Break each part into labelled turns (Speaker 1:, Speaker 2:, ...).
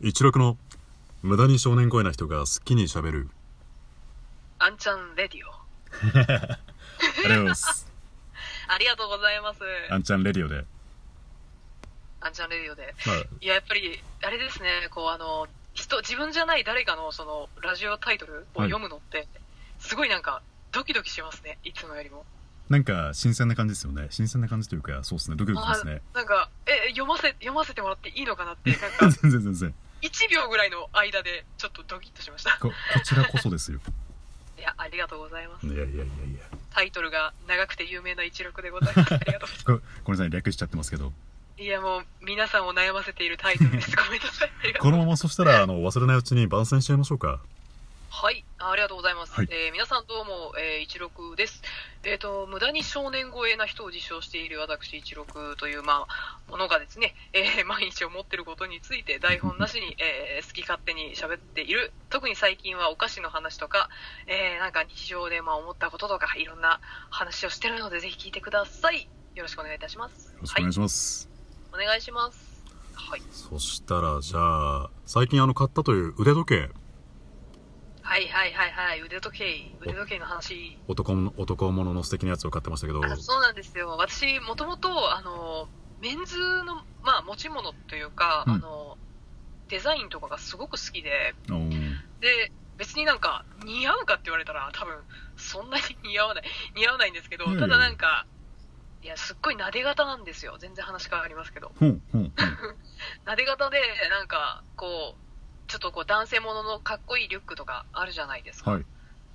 Speaker 1: 一六の無駄に少年声な人が好きに喋る
Speaker 2: あんちゃんレディオ。
Speaker 1: ありがとうございます
Speaker 2: ありがとうございます。
Speaker 1: あんちゃんレディオで、
Speaker 2: あんちゃんレディオで。
Speaker 1: まあ、
Speaker 2: いや、やっぱり、あれですね、こう、あの、人、自分じゃない誰かの、その、ラジオタイトルを
Speaker 1: はい
Speaker 2: 読むのって、すごいなんか、ドキドキしますね、いつもよりも。
Speaker 1: なんか新鮮な感じですよね新鮮な感じというかそうですねドキドキしますね
Speaker 2: あなんか、え、読ませ、読ませてもらっていいのかな って、なんか、
Speaker 1: 全然全然
Speaker 2: 1秒ぐらいの間で、ちょっとドキッとしました。
Speaker 1: ここちらこそですよ
Speaker 2: いや、ありがとうございま
Speaker 1: い
Speaker 2: す。
Speaker 1: やいやいやいや
Speaker 2: タイトルが長くて有名な一力でございます。ありがとうございます。
Speaker 1: ごごめんなさい略しちゃってますけど
Speaker 2: いや、もう、皆さんを悩ませているタイトルです。ごめんなさい。ありがとうございます
Speaker 1: このままそしたらあの忘れないうちに番宣しちゃいましょうか
Speaker 2: はい、ありがとうございます。
Speaker 1: はい
Speaker 2: えー皆さんどうも、えー、一六です。えっ、と、無駄に少年超えな人を自称している私一六という、まあ、ものがですね、えー 毎日思ってることについて台本なしに、えー好き勝手に喋っている。特に最近はお菓子の話とか、えーなんか日常で、まあ、思ったこととか、いろんな話をしてるので、ぜひ聞いてください。よろしくお願いいたします
Speaker 1: よろ。しく
Speaker 2: は
Speaker 1: お願い
Speaker 2: い、
Speaker 1: します、
Speaker 2: お願いします。はい、
Speaker 1: そしたらじゃあ最近あの買ったという腕時計
Speaker 2: はい、はい、はい、はい、腕時計、腕時計の話。
Speaker 1: 男も男物の素敵なやつを買ってましたけど
Speaker 2: あそうなんですよ私もともとあのメンズの、まあ、持ち物というか、
Speaker 1: うん
Speaker 2: あのデザインとかがすごく好きで
Speaker 1: おー
Speaker 2: で別になんか似合うかって言われたら多分そんなに 似合わない似合わないんですけど、
Speaker 1: いやいや
Speaker 2: ただなんかいやすっごいなで型なんですよ全然話変わりますけど
Speaker 1: ほんほんほん
Speaker 2: なで型でなんかこうちょっとこう男性もののかっこいいリュックとかあるじゃないですか、
Speaker 1: はい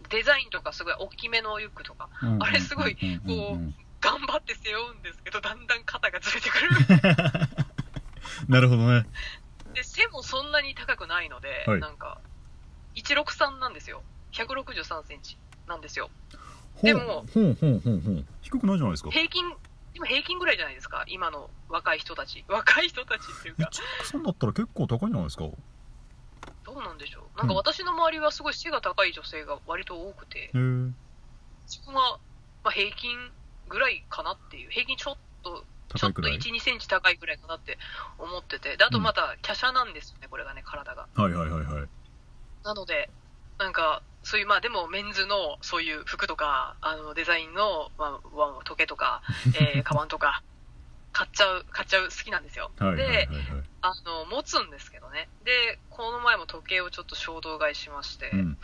Speaker 2: デザインとかすごい大きめのリュックとかあれすごい
Speaker 1: うんうんうんうん
Speaker 2: 頑張って背負うんですけどだんだん肩がずれてくる
Speaker 1: なるほどね
Speaker 2: で背もそんなに高くないので、
Speaker 1: はい
Speaker 2: なんか163なんですよ163センチなんですよ
Speaker 1: ほう
Speaker 2: でも
Speaker 1: ほうほうほうほう低くないじゃないですか
Speaker 2: 平均でも平均ぐらいじゃないですか今の若い人たち若い人たちっていう か
Speaker 1: 一億さんだったら結構高いんじゃないですか
Speaker 2: どうなんでしょうなんか私の周りはすごい背が高い女性が割と多くて
Speaker 1: へー
Speaker 2: 自分は、まあ、平均ぐらいかなっていう平均ちょっとち
Speaker 1: 高
Speaker 2: ょっ
Speaker 1: い
Speaker 2: と
Speaker 1: くらい
Speaker 2: 1、2センチ高いぐらいかなって思ってて、であとまた、華奢なんですよね、これがね、体が。
Speaker 1: はいはいはいはい
Speaker 2: なので、なんか、そういう、まあでも、メンズの、そういう服とか、あの、デザインの、まあ、わ時計 とか、えー、カバンとか、買っちゃう、買っちゃう好きなんですよ。
Speaker 1: はいはいはいはい
Speaker 2: で、あの、持つんですけどね。で、この前も時計をちょっと衝動買いしまして、
Speaker 1: うん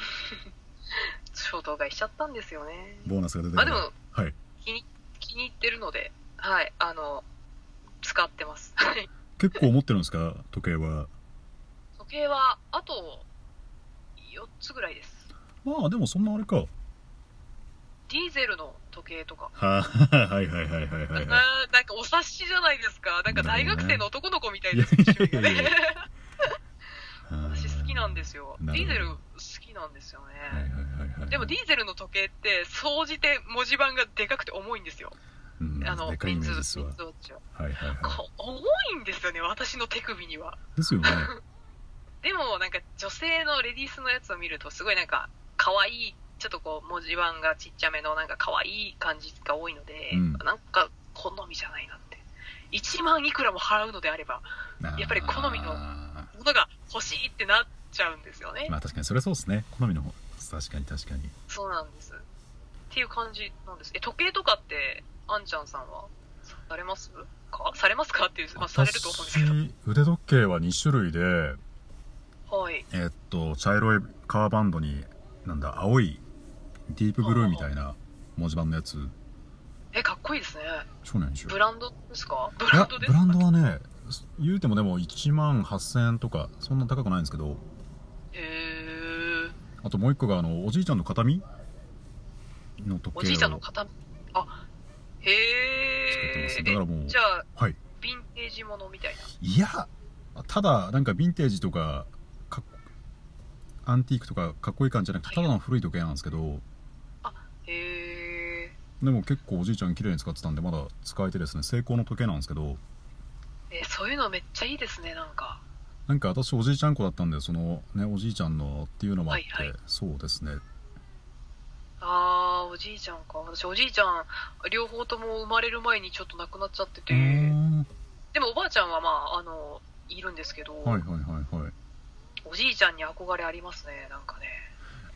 Speaker 2: 衝動買いしちゃったんですよね。
Speaker 1: ボーナスが出て
Speaker 2: まあ
Speaker 1: く
Speaker 2: で
Speaker 1: る
Speaker 2: も、
Speaker 1: はい
Speaker 2: 気に、気に入ってるので、はい、あの、使ってます。はい
Speaker 1: 結構持ってるんですか時計は
Speaker 2: 時計は、あと、4つぐらいです。
Speaker 1: まあでもそんなあれかは
Speaker 2: ディーゼルの時計とか、
Speaker 1: あはいはいはいはいはいはい
Speaker 2: あーなんかお察しじゃないですか。なんか大学生の男の子みたいです、
Speaker 1: いや
Speaker 2: 一緒に
Speaker 1: いやいや
Speaker 2: ね。
Speaker 1: 私
Speaker 2: 私好きなんですよ。デ
Speaker 1: なるほ
Speaker 2: ィー
Speaker 1: ど
Speaker 2: ゼル好きなんですよね。
Speaker 1: はいはいはいはい
Speaker 2: でもディーゼルの時計って、総じて文字盤がでかくて重いんですよ。
Speaker 1: うん
Speaker 2: あの、
Speaker 1: でかいイメージですわ
Speaker 2: メンズメンズウォッチは。
Speaker 1: はいはいは
Speaker 2: こ重いんですよね、私の手首には。
Speaker 1: いですよね
Speaker 2: でも、なんか女性のレディースのやつを見ると、すごいなんか、可愛いちょっとこう、文字盤がちっちゃめの、なんか可愛い感じが多いので、
Speaker 1: うん
Speaker 2: なんか好みじゃないなって。1万いくらも払うのであれば、 やっぱり好みの
Speaker 1: あ
Speaker 2: ものが欲しいってなっちゃうんですよね
Speaker 1: ー。まあ確かにそれはそうですね好みの方確かに確かに
Speaker 2: そうなんです。っていう感じなんです。え、時計とかって、あんちゃんさんは、されますかされますかっていう、まあ、されると思うんですけど。
Speaker 1: 私腕時計は2種類で
Speaker 2: はい。
Speaker 1: えっと茶色いカーバンドになんだ青いディープブルーみたいな文字盤のやつ
Speaker 2: え、かっこいいですね。
Speaker 1: そうなんでしょ
Speaker 2: ブランドですかブ
Speaker 1: い
Speaker 2: ラ
Speaker 1: や
Speaker 2: ンドです
Speaker 1: ブ
Speaker 2: か
Speaker 1: ランドはね言うてもでも1万8000円とかそんな高くないんですけど
Speaker 2: へー。
Speaker 1: あともう一個があのおじいちゃんの形見の時計を
Speaker 2: おじいちゃんの方、あ、へ
Speaker 1: 作ってます
Speaker 2: ー。
Speaker 1: だからもう
Speaker 2: えじゃあ、
Speaker 1: はい
Speaker 2: ヴィンテージものみたいな。
Speaker 1: いやただなんかヴィンテージとかかっアンティークとかかっこいい感じじゃなくてただの古い時計なんですけど
Speaker 2: へ
Speaker 1: でも結構おじいちゃん綺麗に使ってたんでまだ使えてですね成功の時計なんですけど
Speaker 2: ー。え、そういうのめっちゃいいですね、なんか。
Speaker 1: なんか私おじいちゃん子だったんでそのねおじいちゃんのっていうのもあって、
Speaker 2: はいは
Speaker 1: そうですね
Speaker 2: あー、おじいちゃんか。私、おじいちゃん、両方とも生まれる前にちょっと亡くなっちゃってて。
Speaker 1: うーん
Speaker 2: でもおばあちゃんはまあ、あの、いるんですけど、
Speaker 1: はいはいはいはい
Speaker 2: おじいちゃんに憧れありますね、なんかね。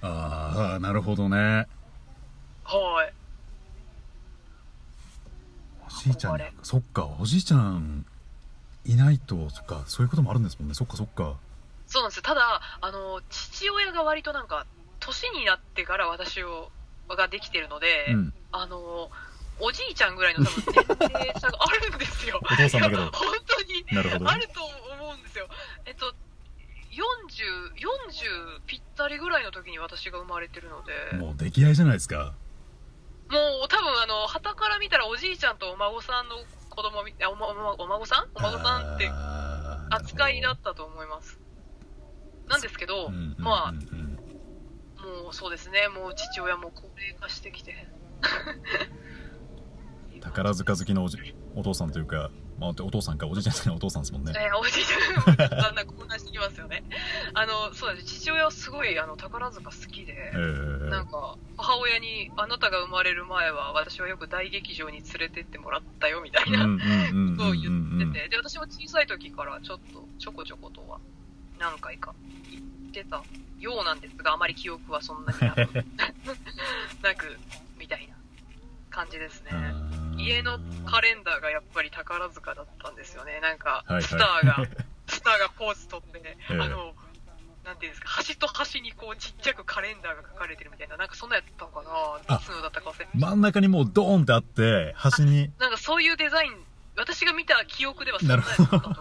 Speaker 1: ああなるほどね
Speaker 2: はい。
Speaker 1: おじいちゃん
Speaker 2: 憧れ
Speaker 1: そっかおじいちゃんいないとそっかそういうこともあるんですもんねそっかそっか
Speaker 2: そうなんですよ。ただ、あの、父親が割となんか、年になってから私を、ができてるので、
Speaker 1: うん
Speaker 2: あの、おじいちゃんぐらいの多分年齢差があるんですよ。
Speaker 1: お父さんだけ
Speaker 2: いや
Speaker 1: ど
Speaker 2: 本当に
Speaker 1: なるほど
Speaker 2: あ
Speaker 1: ね
Speaker 2: ると思うんですよ。えっと、40、40ぴったりぐらいの時に私が生まれてるので、も
Speaker 1: もう出来合いじゃないですか
Speaker 2: う多分あの、旗から見たらおじいちゃんとお孫さんの子供み、あおまおまお孫さんお孫さんって
Speaker 1: あーなるほど
Speaker 2: 扱いだったと思います。なんですけど、
Speaker 1: うんうんうんうん
Speaker 2: まあ、もうそうですね、もう父親も高齢化してきて。
Speaker 1: 宝塚好きのおじお父さんというか、まあ、お父さんかおじいちゃんじゃないお父さんですもんね
Speaker 2: えー、おじいちゃんもだんだん混乱してきますよね。あの、そうです。父親はすごい、あの、宝塚好きで
Speaker 1: え、ー
Speaker 2: なんか、母親に、あなたが生まれる前は、私はよく大劇場に連れてってもらったよ、みたいな
Speaker 1: うん
Speaker 2: ことを言っ
Speaker 1: ん
Speaker 2: てて、で、私も小さい時から、ちょっと、ちょこちょことは、何回か行ってたようなんですが、あまり記憶はそんなになく、 なくみたいな感じですね。家のカレンダーがやっぱり宝塚だったんですよね。なんか
Speaker 1: はいは、い
Speaker 2: スターが、 スターがポーズ取ってね、
Speaker 1: ええ
Speaker 2: あの、なんていうんですか、端と端にこうちっちゃくカレンダーが書かれてるみたいな、なんかそんなやったのかな
Speaker 1: あ
Speaker 2: いつのだったか忘れ
Speaker 1: 真ん中にもうドーンってあって端に
Speaker 2: なんかそういうデザイン、私が見た記憶ではそんなやつだったと思う。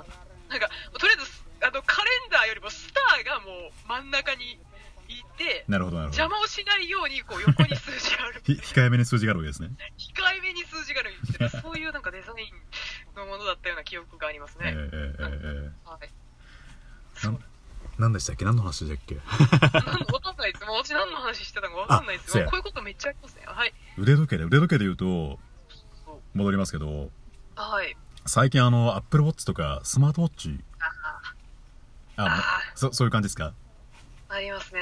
Speaker 2: なんか、とりあえず、あの、カレンダーよりもスターがもう真ん中にいて、
Speaker 1: なるほどなるほ
Speaker 2: 邪
Speaker 1: ど
Speaker 2: 魔をしないように、こう横に数字が ある。
Speaker 1: ひ控えめに数字があるわけですね
Speaker 2: 控えめに数字があるみたいな、そういうなんかデザインのものだったような記憶があります
Speaker 1: え
Speaker 2: ね。
Speaker 1: ーえーえ
Speaker 2: はい。
Speaker 1: ーなん何でしたっけ何の話でしたっけ
Speaker 2: なんわかんないです。もう私何の話してたのかわかんないです。
Speaker 1: あそう
Speaker 2: もう
Speaker 1: や
Speaker 2: こういうことめっちゃありますね。はい。
Speaker 1: 腕時計で腕時計で言うと
Speaker 2: そう
Speaker 1: 戻りますけど
Speaker 2: はい。
Speaker 1: 最近あのアップルウォッチとかスマートウォッチあ
Speaker 2: あ
Speaker 1: もうそそういう感じですか
Speaker 2: あ、ありますね。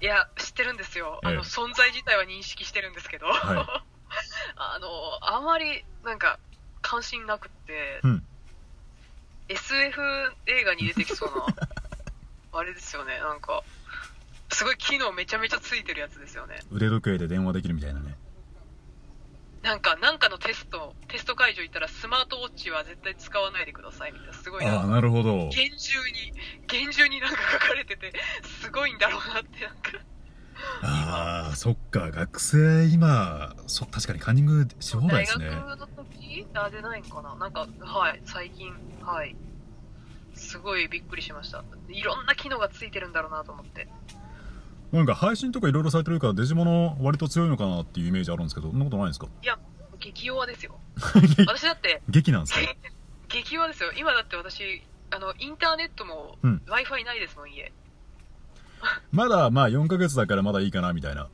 Speaker 2: いや、知ってるんですよ。あ
Speaker 1: ええ
Speaker 2: の、存在自体は認識してるんですけど、
Speaker 1: い
Speaker 2: あの、あまり、なんか、関心なくって、
Speaker 1: うん
Speaker 2: SF 映画に出てきそう な、あれですよね、なんか、すごい機能めちゃめちゃついてるやつですよね。
Speaker 1: 腕時計で電話できるみたいなね
Speaker 2: なんか、なんかのテスト、テスト会場行ったらスマートウォッチは絶対使わないでくださいみたいな、すごいな
Speaker 1: ああなるほど
Speaker 2: 厳重に、厳重になんか書かれてて、すごいんだろうなって、なんか、
Speaker 1: ああそっか学生今そ確かにカンニングし放題で
Speaker 2: 大
Speaker 1: す
Speaker 2: 学
Speaker 1: ね
Speaker 2: の時あ、出ないんかななんか、はい、最近、はい。すごいびっくりしました。いろんな機能がついてるんだろうなと思って。
Speaker 1: なんか配信とかいろいろされてるからデジモノ割と強いのかなっていうイメージあるんですけどそんなことないんですか
Speaker 2: いや、激弱です よ。私だって、
Speaker 1: 劇なんですか
Speaker 2: 激弱ですよ。今だって私、あの、インターネットも、
Speaker 1: うん
Speaker 2: Wi-Fi ないですもん、家。
Speaker 1: まだまあ4ヶ月だからまだいいかなみたいな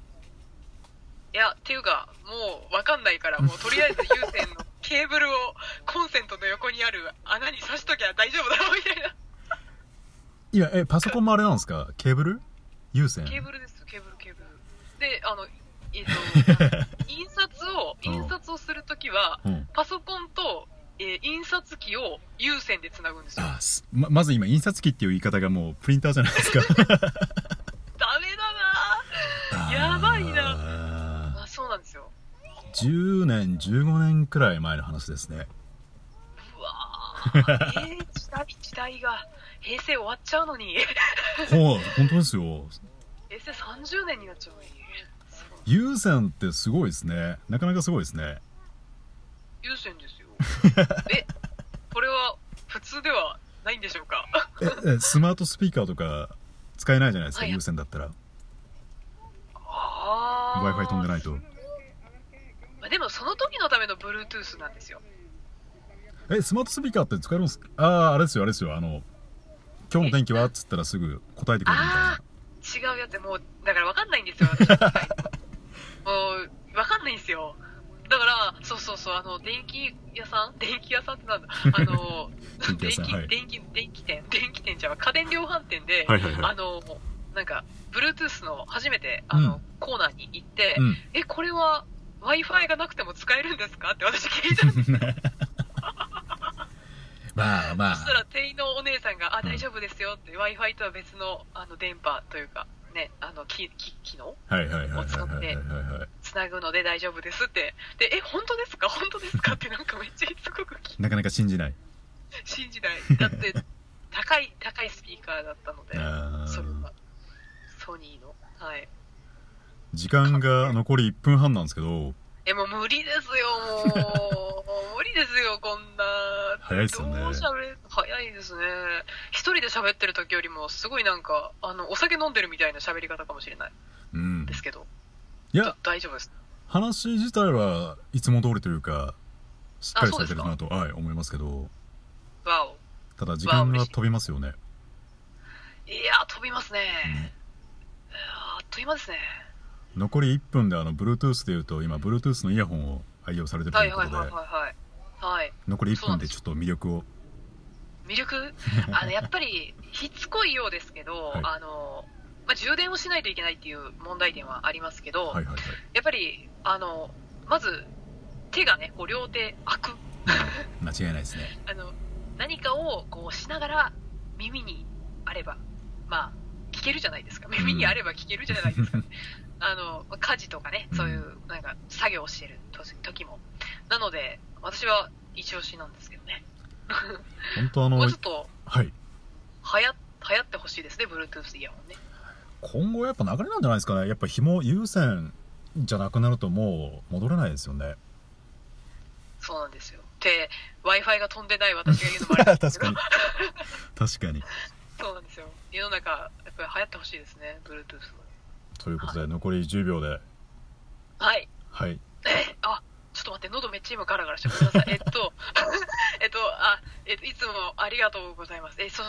Speaker 1: い
Speaker 2: や、っていうか、もうわかんないから、もうとりあえず有線のケーブルをコンセントの横にある穴に挿しときゃ大丈夫だろうみたいな。
Speaker 1: いやえパソコンもあれなんですかケーブル有線
Speaker 2: ケーブルですよ、ケーブル、ケーブル。で、あの、えっと、 印刷を、
Speaker 1: うん
Speaker 2: 印刷をするときは、
Speaker 1: うん
Speaker 2: パソコンと、えー印刷機を有線でつなぐんですよ。
Speaker 1: あすままず今印刷機っていう言い方がもうプリンターじゃないですか
Speaker 2: ダメだ やばいな
Speaker 1: な
Speaker 2: ぁ。あ、そうなんですよ。
Speaker 1: 10年15年くらい前の話ですね
Speaker 2: うわぁ。 えー、時代、時代が、平成終わっちゃうのに、
Speaker 1: ほう本当ですよ
Speaker 2: 平成30年になっちゃうのに。そう
Speaker 1: 有線ってすごいですねなかなかすごいですね
Speaker 2: 優先ですよ。 え、これは普通ではないんでしょうか
Speaker 1: ええスマートスピーカーとか使えないじゃないですか
Speaker 2: はい
Speaker 1: 有線だったら
Speaker 2: あ
Speaker 1: w i f i 飛んでないと
Speaker 2: まあでもその時のための Bluetooth なんですよ。
Speaker 1: えスマートスピーカーって使えるんですかあああれですよあれですよあの「今日の天気は?」っつったらすぐ答えてくれるみたい
Speaker 2: あ
Speaker 1: な
Speaker 2: あ、違うやつ、もう、だから分かんないんですよ、 私もう、分かんないんですよ。だから、そうそうそう、あの、電気屋さん電気屋さんって
Speaker 1: 、
Speaker 2: なんだあの
Speaker 1: 電気屋さんはい
Speaker 2: 電気、電気店、電気店じゃん家電量販店で、
Speaker 1: はいはいはい
Speaker 2: あの、なんか、Bluetooth の初めて、あの、
Speaker 1: うん
Speaker 2: コーナーに行って、
Speaker 1: うん
Speaker 2: え、これは Wi-Fi がなくても使えるんですかって私聞いたんです。
Speaker 3: まあま
Speaker 2: そしたら
Speaker 3: あ、
Speaker 2: 店員のお姉さんが、あ、
Speaker 3: うん
Speaker 2: 大丈夫ですよって、Wi-Fi とは別のあの電波というか、ね、あの、きき機能
Speaker 1: はいはいはいはいはい
Speaker 2: を使って
Speaker 1: はいはいはい
Speaker 2: つなぐので大丈夫ですって。で、え、本当ですか本当ですかってなんかめっちゃすごく聞
Speaker 1: なかなか信じない
Speaker 2: 信じない。だって、高い、高いスピーカーだったので、
Speaker 1: あー
Speaker 2: それは。ソニーの。はい。
Speaker 1: 時間が残り1分半なんですけど
Speaker 2: え、もう無理です よ、もう。もう無理ですよ、こんな。
Speaker 1: 早いっすよね
Speaker 2: どう喋る早いですね。一人で喋ってる時よりも、すごいなんか、あの、お酒飲んでるみたいな喋り方かもしれない
Speaker 1: うん
Speaker 2: ですけど、
Speaker 1: い
Speaker 2: だ
Speaker 1: や
Speaker 2: 大丈夫です。
Speaker 1: 話自体はいつも通りというかしっかりされてるなとはい思いますけど
Speaker 2: わお。
Speaker 1: ただ時間
Speaker 2: わあ嬉
Speaker 1: が
Speaker 2: しい
Speaker 1: 飛びますよね
Speaker 2: いやー、飛びますね。
Speaker 1: ね
Speaker 2: あーあっという間ですね。
Speaker 1: 残り1分であの Bluetooth でいうと今 Bluetooth のイヤホンを愛用されてると
Speaker 2: はいいう
Speaker 1: こ
Speaker 2: はい
Speaker 1: とで
Speaker 2: はいはい。はい。はい。
Speaker 1: 残り1分でちょっと魅力を
Speaker 2: 魅力あのやっぱりしつこいようですけど、
Speaker 1: はい
Speaker 2: あのまあ、充電をしないといけないっていう問題点はありますけど、
Speaker 1: はいはいはい
Speaker 2: やっぱりあのまず手がねこう両手開く
Speaker 1: 間違いないですね
Speaker 2: あの何かをこうしながら耳にあればまあ聞けるじゃないですか耳にあれば聞けるじゃないですか、あのまあ家事とかねそういうなんか作業をしてる時時もなので私は一押しなんですけどね
Speaker 1: 本当あの
Speaker 2: もうちょっと
Speaker 1: はい
Speaker 2: はや流行ってほしいですね Bluetooth イヤホンね
Speaker 1: 今後やっぱ流れなんじゃないですかねやっぱ紐優先じゃなくなるともう戻れないですよね
Speaker 2: そうなんですよ。で、Wi-Fi が飛んでない私が言うのもあれな ん
Speaker 1: 確
Speaker 2: ですけ
Speaker 1: か
Speaker 2: ど
Speaker 1: に、確かに
Speaker 2: そうなんですよ。世の中、やっぱり流行ってほしいですね、Bluetooth も
Speaker 1: ということで残り10秒で
Speaker 2: はい。
Speaker 1: はい
Speaker 2: えあ、ちょっと待って、喉めっちゃ今ガラ ガラしてごめんなさい。えっと、えっと、あ、えっと、いつもありがとうございます。え、そ、